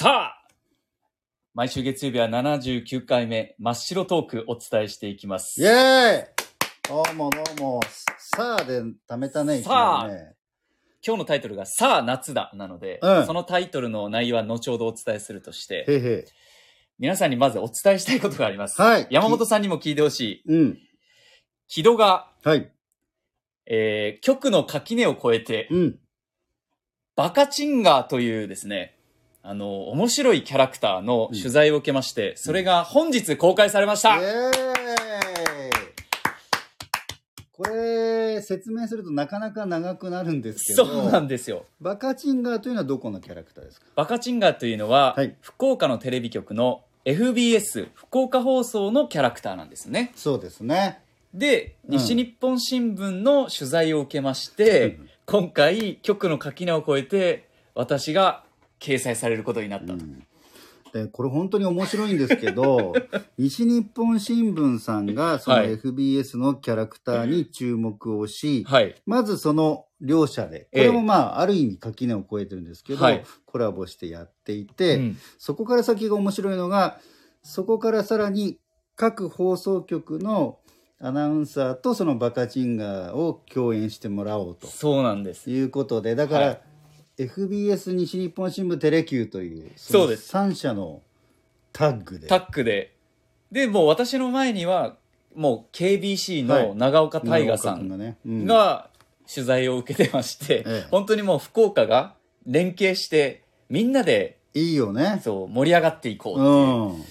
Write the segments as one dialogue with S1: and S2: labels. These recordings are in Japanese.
S1: さあ毎週月曜日は79回目、真っ白トークお伝えしていきます。
S2: イェーイどうもどうも。さあで貯めたね、
S1: さあ
S2: いきなりね。
S1: 今日のタイトルが、さあ夏だなので、
S2: うん
S1: そのタイトルの内容は後ほどお伝えするとして、
S2: へへ。
S1: 皆さんにまずお伝えしたいことがあります。
S2: はい
S1: 山本さんにも聞いてほしい。
S2: うん。
S1: 木戸が、
S2: はい。
S1: えー、局の垣根を越えて、
S2: うん。
S1: バカチンガーというですね、あの、面白いキャラクターの取材を受けまして、それが本日公開されまし
S2: イ
S1: た、
S2: ェーイこれ、説明するとなかなか長くなるんですけど、
S1: そうなんですよ。
S2: バカチンガーというのはどこのキャラクターですか
S1: バカチンガーというのは、
S2: はい
S1: 福岡のテレビ局の FBS 福岡放送のキャラクターなんですね。
S2: そうですね。
S1: で、
S2: うん
S1: 西日本新聞の取材を受けまして、
S2: うん
S1: 今回局の垣根を越えて私が掲載されることになったと。
S2: でこれ本当に面白いんですけ ど西日本新聞さんがその
S1: はい
S2: FBS のキャラクターに注目をし、
S1: はい。
S2: まずその両者で、こ
S1: ええ
S2: れもまあ、ある意味垣根を越えてるんですけど、
S1: はい
S2: コラボしてやっていて、
S1: うん
S2: そこから先が面白いのが、そこからさらに各放送局のアナウンサーとそのバカチンガーを共演してもらおうと
S1: そうなんです。
S2: いうことで、だから、
S1: は
S2: FBS 西日本新聞テレキューという、
S1: そうです
S2: 3社のタッグで。
S1: タッグで。で、もう私の前には、もう KBC
S2: はい
S1: の長岡大河さん
S2: がね、うん
S1: が取材を受けてまして、
S2: ええ
S1: 本当にもう福岡が連携して、みんなで
S2: いいよね。
S1: そう盛り上がっていこうって
S2: う
S1: いう、
S2: ん。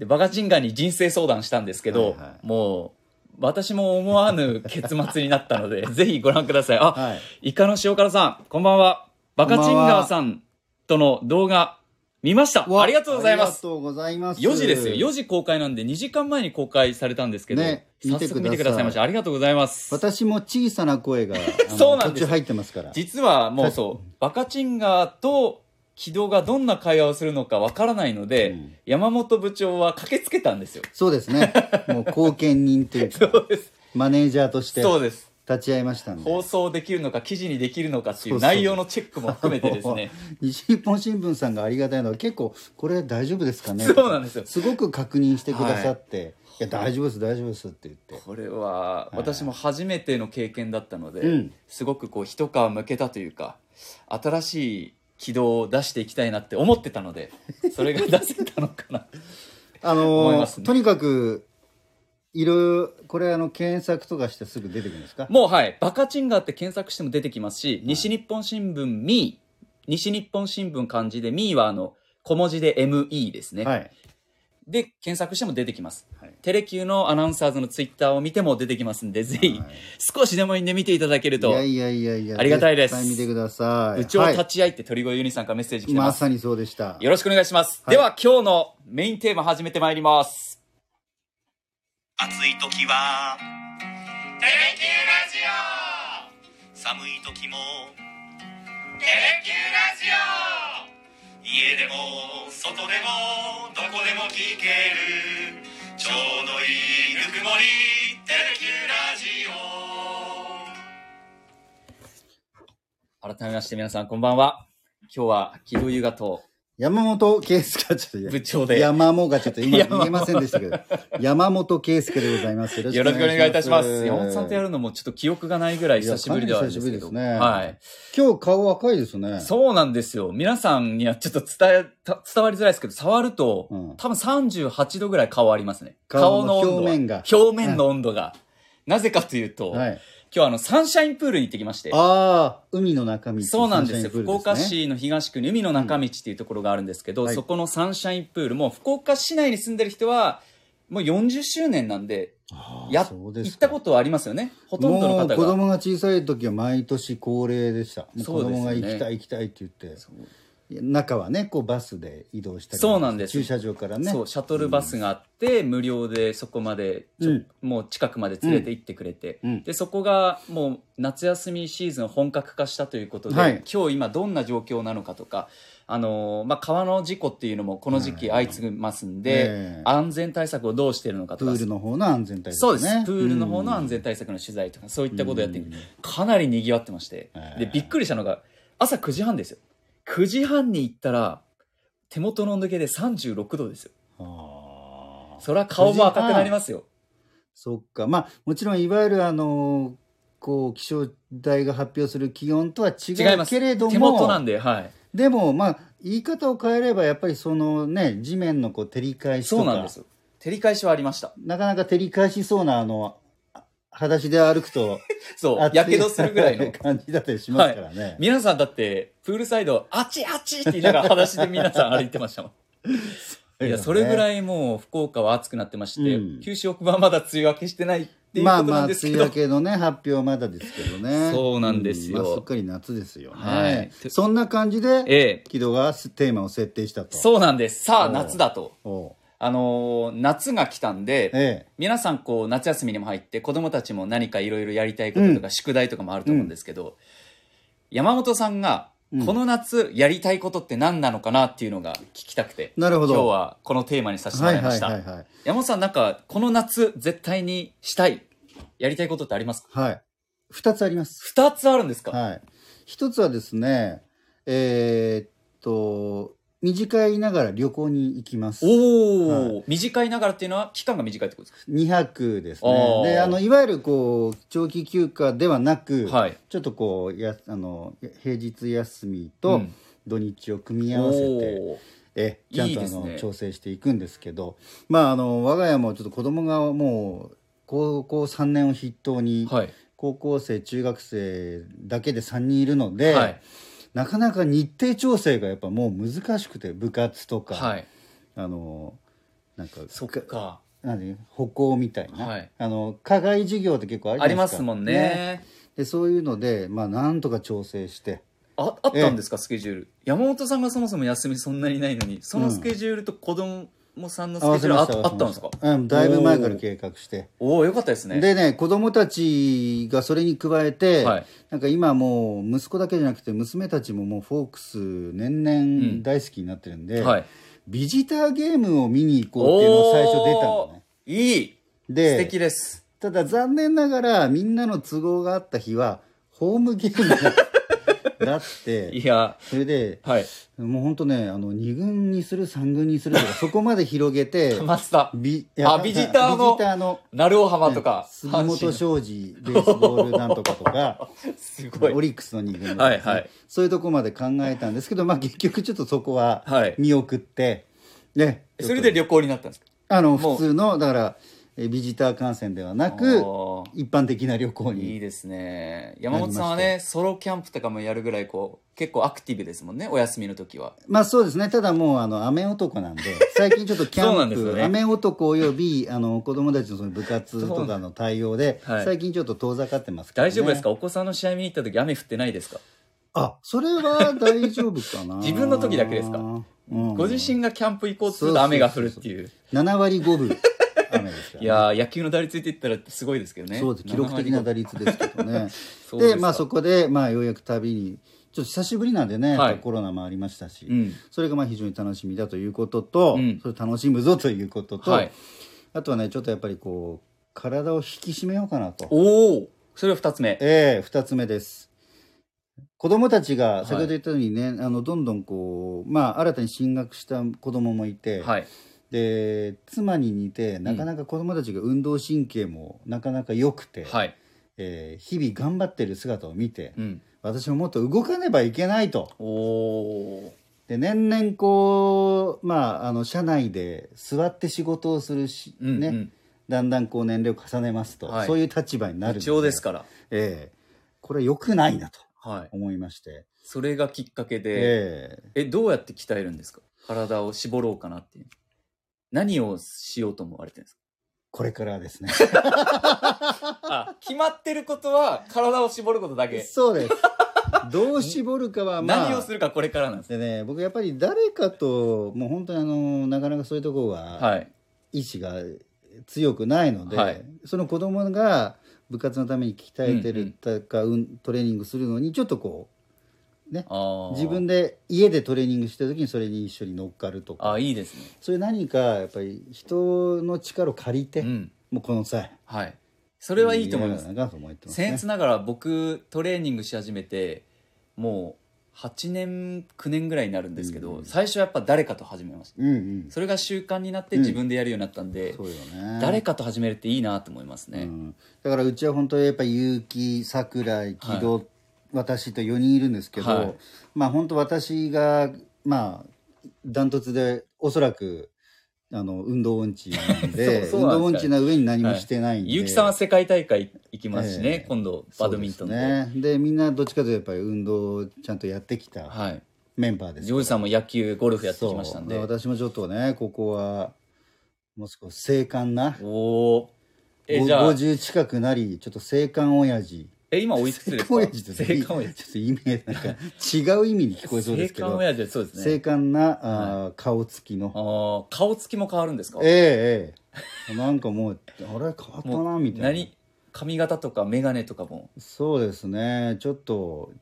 S1: でバカチンガーに人生相談したんですけど、
S2: はいは
S1: もう私も思わぬ結末になったので ぜひご覧くださいあ、
S2: はい。
S1: イカの塩辛さんこんばんはバカチンガーさんとの動画見ましたありがとうございま
S2: ありが
S1: す
S2: とうございます。
S1: 4時ですよ4時公開なんで2時間前に公開されたんですけど、
S2: ね
S1: 早速見てくださいましたありがとうございます
S2: 私も小さな 声があの
S1: そうなんです
S2: 途中入ってますから
S1: 実はもうそうバカチンガーと木戸がどんな会話をするのかわからないので、
S2: うん
S1: 山本部長は駆けつけたんですよ
S2: そうですねもう後見人というか
S1: そうです
S2: マネージャーとして
S1: そうです
S2: 立ち会いましたんで
S1: 放送できるのか記事にできるのかってい
S2: そううそう
S1: 内容のチェックも含めてですね
S2: 西日本新聞さんがありがたいのは結構これ大丈夫ですかね
S1: そうなんですよ
S2: すごく確認してくださって、い、や大丈夫です大丈夫ですって言って
S1: これは私も初めての経験だったので、
S2: うん
S1: すごくこう一皮むけたというか新しい軌道を出していきたいなって思ってたの でそれが出せたのかな
S2: あ
S1: 思い
S2: の
S1: ます
S2: ー
S1: ね
S2: とにかくいろいろこれあの検索とかしてすぐ出てくるんですか
S1: もうはい「バカチンガー」って検索しても出てきますし、西日本新聞「ミー」西日本新聞漢字で「ミー」はあの小文字で「ME」ですね、
S2: はい
S1: で検索しても出てきます、
S2: はい
S1: テレキューのアナウンサーズのツイッターを見ても出てきますんでぜひ
S2: はい
S1: 少しでもいいんで見ていただける
S2: い
S1: と
S2: やいやいやいや
S1: ありがたいです
S2: 絶対見てください
S1: 部長立
S2: は
S1: ち会いって鳥越ユニさんからメッセージ来
S2: い、
S1: てま、
S2: ますさにそうでした
S1: よろしくお願いします、
S2: はい
S1: では今日のメインテーマ始めてまいります
S3: 暑い時は「テレキューラジオ」寒い時も「テレキューラジオ」家でも外でもどこでも聞けるちょうどいいぬくもり「テレキューラジオ」
S1: 改めまして皆さんこんばんは今日は木戸優雅と
S2: 山本圭介ちょっと
S1: 部長で
S2: 山本がちょっと今
S1: 山本
S2: 言えませんでしたけ ど、山本圭介でございます。よ
S1: よろしくお願いいたします山本さんとや
S2: る。
S1: るのもちょっと記憶がないぐらい久しぶりではあるんですけど
S2: いやかなり久しぶり
S1: は
S2: で
S1: い
S2: 今日顔赤いですね。
S1: そうなんですよ皆さんにはちょっと伝えた伝わりづらいですけど触ると、
S2: うん
S1: 多分38度ぐらい顔ありますね
S2: 顔の
S1: 温度は
S2: 表面が
S1: 表面の温度が、なぜかというと、
S2: はい。
S1: 今日あのサンシャインプールに行ってきまして
S2: ああ、海の中身。
S1: そうなんですよ
S2: サンシャインプ
S1: 福
S2: ール
S1: 岡
S2: ですね。
S1: 市の東区に海の中道っていうところがあるんですけど、
S2: はい
S1: そこのサンシャインプールも福岡市内に住んでる人はもう40周年なんで
S2: あー
S1: や
S2: そうで
S1: 行
S2: す
S1: った
S2: か
S1: ことはありますよねほとんどの方
S2: もう
S1: が
S2: 子供が小さい時は毎年恒例でした。もう
S1: そう
S2: 子
S1: ですよね
S2: 供が行きたい行きたいって言って。
S1: そう
S2: 中はね、こうバスで移動したり
S1: そうなんです
S2: 駐車場からね。
S1: そうシャトルバスがあって、無料でそこまでちょ、
S2: うん
S1: もう近くまで連れて行ってくれて、
S2: うん
S1: でそこがもう夏休みシーズン本格化したということで、
S2: はい
S1: 今日今どんな状況なのかとか、あのーまあ、川の事故っていうのもこの時期相次ぎますんで、
S2: ええ
S1: 安全対策をどうしてるのか
S2: プ
S1: とか
S2: ールの方の安全帯
S1: そうです、プールの方の
S2: 全
S1: 安全対策の取材とかそういったことをやってみてかなりにぎわってまして
S2: ええ
S1: でびっくりしたのが朝9時半ですよ9時半に行ったら手元の温度計で36度ですよ。
S2: あー
S1: そりゃ顔も赤くなりますよ。
S2: そっかまあもちろんいわゆるあのこう気象台が発表する気温とは
S1: 違
S2: 違
S1: いうます
S2: けれども
S1: 手元なんで、はい。
S2: でもまあ言い方を変えればやっぱりそのね地面のこう照り返しと
S1: そ
S2: か
S1: うなんですよ。照り返しはありました。
S2: なかなか照り返しそうなあのあ裸足で歩くと
S1: そう、
S2: 熱い
S1: やけどするぐら いの。
S2: 感じだったりしますからね、
S1: 皆さんだって、プールサイド、あちあちって言いながら裸足で皆さん歩いてましたもん。いや、それぐ
S2: い
S1: らいもう福岡は暑くなってまして、
S2: うん
S1: 九州北部はまだ梅雨明けしてないっていうこ
S2: まあ
S1: と
S2: ま
S1: な
S2: あ
S1: んで
S2: 梅
S1: す
S2: 雨
S1: けど、
S2: 明けのね発表まだですけどね
S1: そうなんですよ
S2: まあすっかり夏ですよね、
S1: はい
S2: そんな感じで
S1: ええ、
S2: 木戸がテーマを設定したと
S1: そうなんです。さあ、
S2: おう
S1: 夏だと。
S2: おう
S1: あのー夏が来たんで、
S2: ええ
S1: 皆さんこう、夏休みにも入って、子供たちも何かいろいろやりたいこととか、宿題とかもあると思うんですけど、山本さんが、
S2: うん
S1: この夏やりたいことって何なのかなっていうのが聞きたくて、
S2: なるほ
S1: 今
S2: ど
S1: 日はこのテーマにさせてもらいました。
S2: はいはいはいはい
S1: 山本さん、なんか、この夏絶対にしたい、やりたいことってありますか
S2: はい2つあります
S1: 二つあるんですか、
S2: はい一つはですねえーっと短いながら旅行に行きます
S1: おお、短いながらっていうのは期間が短いってことです
S2: 2泊です
S1: あー
S2: ねであのいわゆるこう長期休暇ではなく、
S1: かはい。
S2: ちょっとこうやあのや平日休みと
S1: うん
S2: 土日を組み合わせて、
S1: おー
S2: えちゃんと
S1: い
S2: あ
S1: い
S2: の
S1: ですね
S2: 調整していくんですけどまああの我が家もちょっと子供がもう高校3年を筆頭に、
S1: はい。
S2: 高校生中学生だけで3人いるので、
S1: はい。
S2: なかなか日程調整がやっぱもう難しくて部活とか、
S1: はい。
S2: あのなんか
S1: そっか。
S2: 何歩行みたいな、
S1: はい
S2: あの課外授業って結構あるじ
S1: あ
S2: ゃな
S1: り
S2: いで
S1: ます
S2: か
S1: すもんね。
S2: でそういうので、まあ、なんとか調整して
S1: ああったんですか、スケジュール。山本さんがそもそも休みそんなにないのに、そのスケジュールと子供さんのス
S2: 合
S1: ケ
S2: わ
S1: ジュー
S2: せ
S1: ル
S2: ま
S1: あ
S2: し
S1: ったあったんですか
S2: うん、だいぶ前から計画して
S1: おおよかったですね。
S2: でね子供たちがそれに加えて、
S1: はい。
S2: なんか今もう息子だけじゃなくて娘たちももうフォークス
S1: う
S2: 年
S1: ん
S2: 々大好きになってるんで、
S1: はい。
S2: ビジターゲームを見に行こうっていうのが最初出たのね
S1: おーいい素敵
S2: で
S1: です。
S2: ただ残念ながらみんなの都合があった日はホームゲームがだって
S1: いや、
S2: それで
S1: はい。
S2: もうほんとねあの2軍にする3軍にす るとかそこまで広げて
S1: マスター。
S2: ビいや
S1: あビジターの
S2: ビジターの
S1: 鳴尾浜とか、
S2: 杉
S1: 阪神
S2: 本昌司ベースボールなんとかとか
S1: すご
S2: オ
S1: い。
S2: リックスの人間とか
S1: はい
S2: ですね
S1: はい。
S2: そういうとこまで考えたんですけど、まあ、結局ちょっとそこは
S1: はい。
S2: 見送って、ね、
S1: それで
S2: ちょっ
S1: 旅行になったんですか
S2: とあの
S1: もう
S2: 普通のだからえビジター観戦ではなく
S1: おー
S2: 一般的な旅行
S1: いい
S2: に
S1: ですね。山本さんはね、ソロキャンプとかもやるぐらい、こう、結構アクティブですもんね、お休みの時は。
S2: まあそうですねただもうあの雨 男なんで最近ちょっとキ
S1: そうな
S2: ャ
S1: ん
S2: ン
S1: ですよ
S2: プ、
S1: ね
S2: 雨男およびあの子供たちのその部活とかの対応で、
S1: そうなんはい
S2: 最近ちょっと遠ざかってますけど、ね、
S1: 大丈夫ですか、お子さんの試合見に行った時雨降ってないですか、
S2: あそれは大丈夫かな
S1: 自分の時だけですか
S2: うん
S1: ご自身がキャンプ行こうとすると雨が降るって いう。
S2: 7割5分雨ですから
S1: い
S2: ね、
S1: やー、野球の打率いって言ったらすごいですけどね。
S2: そうです記録的な打
S1: 率。
S2: 率ですけどね
S1: そう
S2: です
S1: か
S2: まあそこで、まあ、ようやく旅にちょっと久しぶりなんでね、
S1: はい
S2: やっぱコロナもありましたし、
S1: うん。
S2: それがまあ非常に楽しみだということと、
S1: うん
S2: それ楽しむぞということと、
S1: はい。
S2: あとはねちょっとやっぱりこう体を引き締めようかなと
S1: おおそれは二つ目。
S2: ええ二つ目です子供たち
S1: い
S2: が先ほど言ったようにね、あのどんどんこう、まあ、新たに進学した子供もいて、
S1: はい。
S2: で妻に似てなかなか子供たちが運動神経もなかなか良くて、
S1: はい。
S2: えー日々頑張ってる姿を見て、
S1: うん。
S2: 私ももっと動かねばいけないと
S1: おお
S2: で年々こうまああの社内で座って仕事をするし、
S1: うん、
S2: ね、
S1: うん。
S2: だんだんこう年齢を重ねますと、
S1: はい
S2: そういう立場になるの
S1: 一応ですから。
S2: ええこれは良くないなと
S1: はい。
S2: 思いまして、
S1: それがきっかけで、
S2: ええ
S1: えどうやって鍛えるんですか体を絞ろうかなっていう。何をしようと思われてるんですか
S2: これからはで すね
S1: あ、決まってることは体を絞ることだけ。
S2: そ うですどう絞るかはまあ
S1: 何をするかこれからなんです。
S2: でね僕やっぱり誰かともう本当にあのなかなかそういうところが、
S1: はい。
S2: 意志が強くないので、
S1: はい
S2: その子供が部活のために鍛えてるとか、うんトレーニングするのにちょっとこ
S1: あー
S2: う自分で家でトレーニングしてる時にそれに一緒に乗っかるとか
S1: あ、いいですね。
S2: そういう何かやっぱり人の力を借りて、
S1: うん。
S2: もうこの際
S1: はい。そ
S2: そ
S1: れはいいと思います。
S2: なと思ってます、
S1: 僭
S2: ね
S1: 越ながら僕トレーニングし始めてもう8年9年ぐらいになるんですけど、
S2: うん
S1: 最初はやっぱ誰かと始めました
S2: うんうん
S1: それが習慣になって
S2: うん
S1: 自分でやるようになったんで、
S2: そうよね
S1: 誰かと始めるっていいなと思います
S2: う
S1: ね、
S2: ん、だからうちは本当にやっぱ結城桜井木戸、私と4人いるんですけど、
S1: はい
S2: まあ本当私がまあダントツでおそらくあの運動音痴なんで
S1: そうそ
S2: 運
S1: う
S2: 動
S1: なん
S2: 音
S1: です
S2: 痴
S1: か
S2: な上に何もしてないんで、
S1: 結城さんは世界大会行きますしね、
S2: ええ
S1: 今度バドミントンで
S2: そうですねでみんなどっちかというとやっぱり運動をちゃんとやってきた
S1: はい
S2: メンバーです
S1: ジョージさんも野球ゴルフやってきましたんで
S2: そう私もちょっとねここはもう少し精悍な
S1: おおえじゃあ
S2: 50近くなりちょっと精悍親父
S1: え今おいくつ
S2: 青
S1: ですか
S2: 函親父って
S1: 青函親
S2: ちょっと意味なんか違う意味に聞こえそうです
S1: 父
S2: け
S1: 青函
S2: ど
S1: 親父でそうです
S2: 精
S1: ね
S2: 悍なあー、顔つき
S1: あ
S2: の
S1: ー顔つきも変わるんですか
S2: ええええなんかもうあれ変わったなみたいな
S1: 何髪型とか眼鏡とかも
S2: そうですねちょっと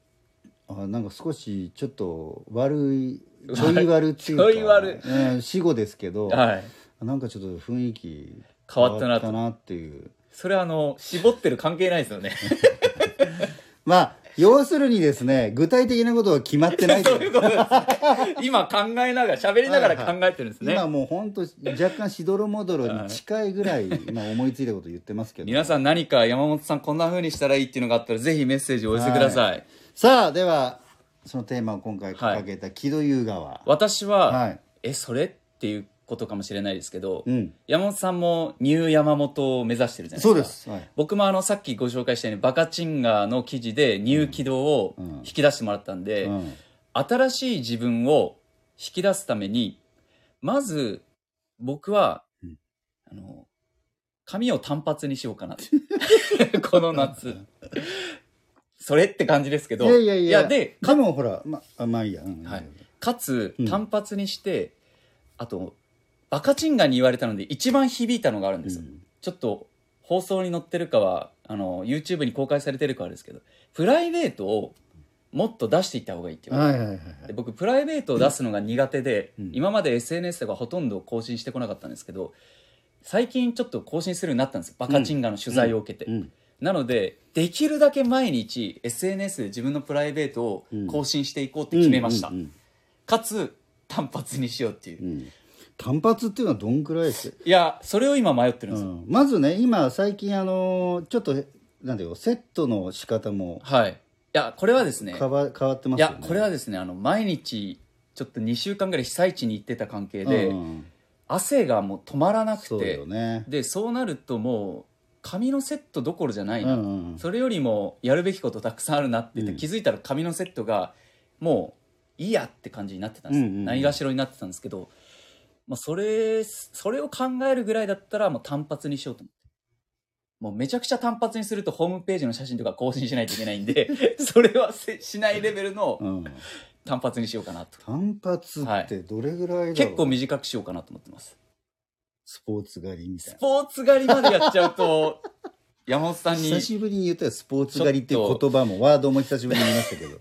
S2: あなんか少しちょっと悪いちょい悪っていうか
S1: ちょい悪
S2: うん死後ですけど、
S1: はい
S2: なんかちょっと雰囲気
S1: 変わったなと
S2: 変わっていう
S1: それはあの絞ってる関係ないですよね
S2: まあ要するにですね具体的なことは決まってない と
S1: そういうことですね今考えながら喋りながら考えてるんですね、
S2: 今もう本当若干しどろもどろに近いぐらい今思いついたこと言ってますけど
S1: 皆さん何か山本さんこんな風にしたらいいっていうのがあったらぜひメッセージをお寄せください、
S2: さあではそのテーマを今回掲げた木戸優川、
S1: 私は、
S2: はい
S1: えそれっていうことかもしれないですけど、
S2: うん
S1: 山本さんもニュー山本を目指してるじゃないです
S2: そ
S1: か
S2: うです、はい、
S1: 僕もあのさっきご紹介したようにバカチンガーの記事でニュー軌道を
S2: うんうん
S1: 引き出してもらったんで、
S2: うん
S1: 新しい自分を引き出すためにまず僕は、
S2: うん
S1: あの髪を単発にしようかなって この夏それって感じですけど
S2: いやいやいや
S1: で
S2: でもほらまあまあいいや、うん
S1: はいかつ
S2: うん
S1: 単発にして、あとバカチンガーに言われたので一番響いたのがあるん
S2: う
S1: ですよ、
S2: ん
S1: ちょっと放送に載ってるかはあの YouTube に公開されてるかはですけどプライベートをもっと出していった方がいいっていう、
S2: はいはいはいはい
S1: で僕プライベートを出すのが苦手で、
S2: うん
S1: 今まで SNS とかほとんど更新してこなかったんですけど最近ちょっと更新するようになったんですよバカチンガーの取材を受けて、
S2: うん
S1: なのでできるだけ毎日 SNS で自分のプライベートを更新していこうって決めました、
S2: うん
S1: かつ単発にしようっていう、
S2: うんうん単発っていうのはどんくらいです
S1: いやそれを今迷ってるん
S2: う
S1: ですよ、
S2: ん、まずね今最近あのちょっとなんだよセットの仕方も
S1: はいいやこれはですね
S2: 変わ変わってま
S1: い
S2: すよね
S1: やこれはですねあの毎日ちょっと2週間ぐらい被災地に行ってた関係で、
S2: うん
S1: 汗がもう止まらなく
S2: そう
S1: て
S2: よね
S1: でそうなるともう髪のセットどころじゃな
S2: う
S1: い
S2: んう
S1: な、
S2: んうん
S1: それよりもやるべきことたくさんあるなって言って
S2: うん
S1: 気づいたら髪のセットがもういいやって感じになってたんです、
S2: うんうんうん
S1: ないがしろになってたんですけど、まあ、それそれを考えるぐらいだったらもう単発にしようと思って。もうめちゃくちゃ単発にするとホームページの写真とか更新しないといけないん でそれはせしないレベルの
S2: うん
S1: 単発にしようかなと
S2: 単発ってどれぐらいだろう、
S1: 結構短くしようかなと思ってます
S2: スポーツ狩りみたい
S1: ス
S2: な
S1: ポーツ狩りまでやっちゃうと山本さんに
S2: 久
S1: ス
S2: しぶりに言ったらスポーツ狩りっていう言葉もワードも久しぶりに言いました けど、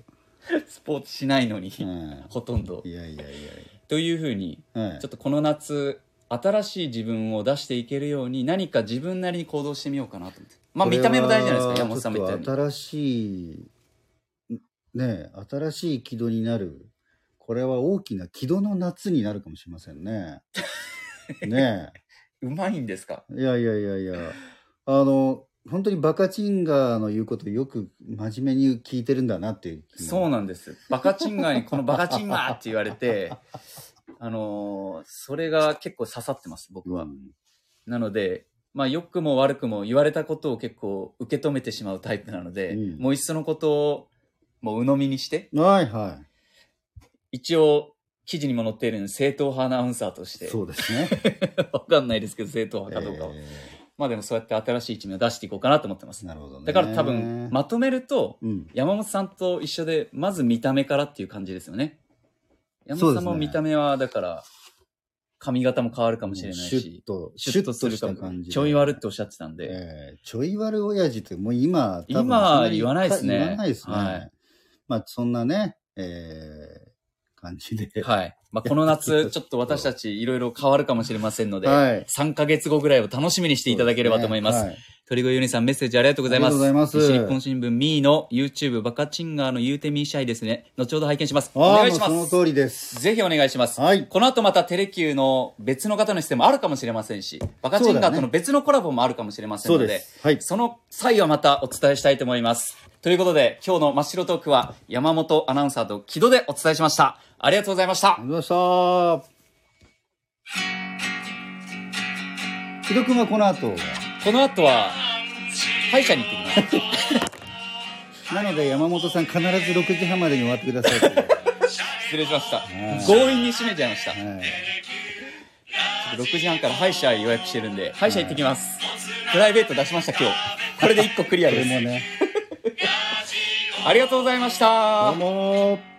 S1: ポーツしないのに、
S2: うん
S1: ほとんど
S2: いやいやい
S1: というふうに
S2: や、はい
S1: ちょっとこの夏新しい自分を出していけるように何か自分なりに行動してみようかなと思ってまあ見た目も大事じゃないですか山本さんみ
S2: み
S1: た
S2: た
S1: い
S2: い
S1: に
S2: 新しいねえ新しい軌道になるこれは大きな軌道の夏になるかもしれませ んねね
S1: うまいんですか
S2: えいやいやいやいやあの本当にバカチンガーの言うことよく真面目に聞いてるんだなっていう気も
S1: そうなんですよバカチンガーにこのバカチンガーって言われて あのーそれが結構刺さってます僕は、
S2: うん
S1: なので、まあ、良くも悪くも言われたことを結構受け止めてしまうタイプなので、
S2: うん
S1: もういっそのことをもう鵜呑みにして、
S2: はいは
S1: 一応、記事にも載っているように正統派アナウンサーとし
S2: い
S1: て、
S2: そうですね
S1: わかんないですけど、正統派かどうかは。
S2: え
S1: まあでもそうやって新しい一面を出していこうかなと思ってます。
S2: ーなるほどね
S1: だから多分、まとめると、
S2: うん
S1: 山本さんと一緒で、まず見た目からっていう感じですよね。山
S2: そう
S1: 本さ
S2: です
S1: ん
S2: ね
S1: も見た目は、だから、髪型も変わるかもしれない
S2: シュッ
S1: し、
S2: と
S1: シュッとするか
S2: シュッとした感
S1: も。
S2: じ
S1: ちょい悪っておっしゃってたんで、
S2: ええちょい悪親父ってもう今多分
S1: 今
S2: そんに
S1: 言わないですね
S2: 言わないですね、
S1: はい
S2: まあそんなねええ感じで
S1: はい。まあ、この 夏、ちょっと私たちいろいろ変わるかもしれませんので、
S2: はい
S1: 3ヶ月後ぐらいを楽しみにしていただければと思います。
S2: そうでねはい
S1: 鳥越ユニさんメッセージありがとうございます。
S2: ありがとうございます
S1: 西日本新聞ミーの YouTube バカチンガーの言うてみーシャイですね。後ほど拝見します。お
S2: ああ
S1: 願いしま
S2: もう
S1: す
S2: そ。の通りです。
S1: ぜひお願いします。
S2: はい
S1: この後またテレキューの別の方の視点もあるかもしれませんし、バカチンガーとの別のコラボもあるかもしれませんので、
S2: そうですはい
S1: その際はまたお伝えしたいと思います。ということで、今日の真っ白トークは山本アナウンサーと木戸でお伝えしました。ありがとうございました
S2: あ。りがとうございました。木戸君はこの後が
S1: この後は、歯医者に行ってきます。
S2: なので山本さん必ず6時半までに終わってくださいって。
S1: 失礼しました
S2: ん。
S1: 強引に閉めちゃいました。
S2: はい
S1: 6時半から歯医者予約してるんで、歯医者行ってきます。プライベート出しました、今日。これで1個クリア
S2: こ
S1: で
S2: れ
S1: す。
S2: もね。
S1: ありがとうございました。
S2: どうもー。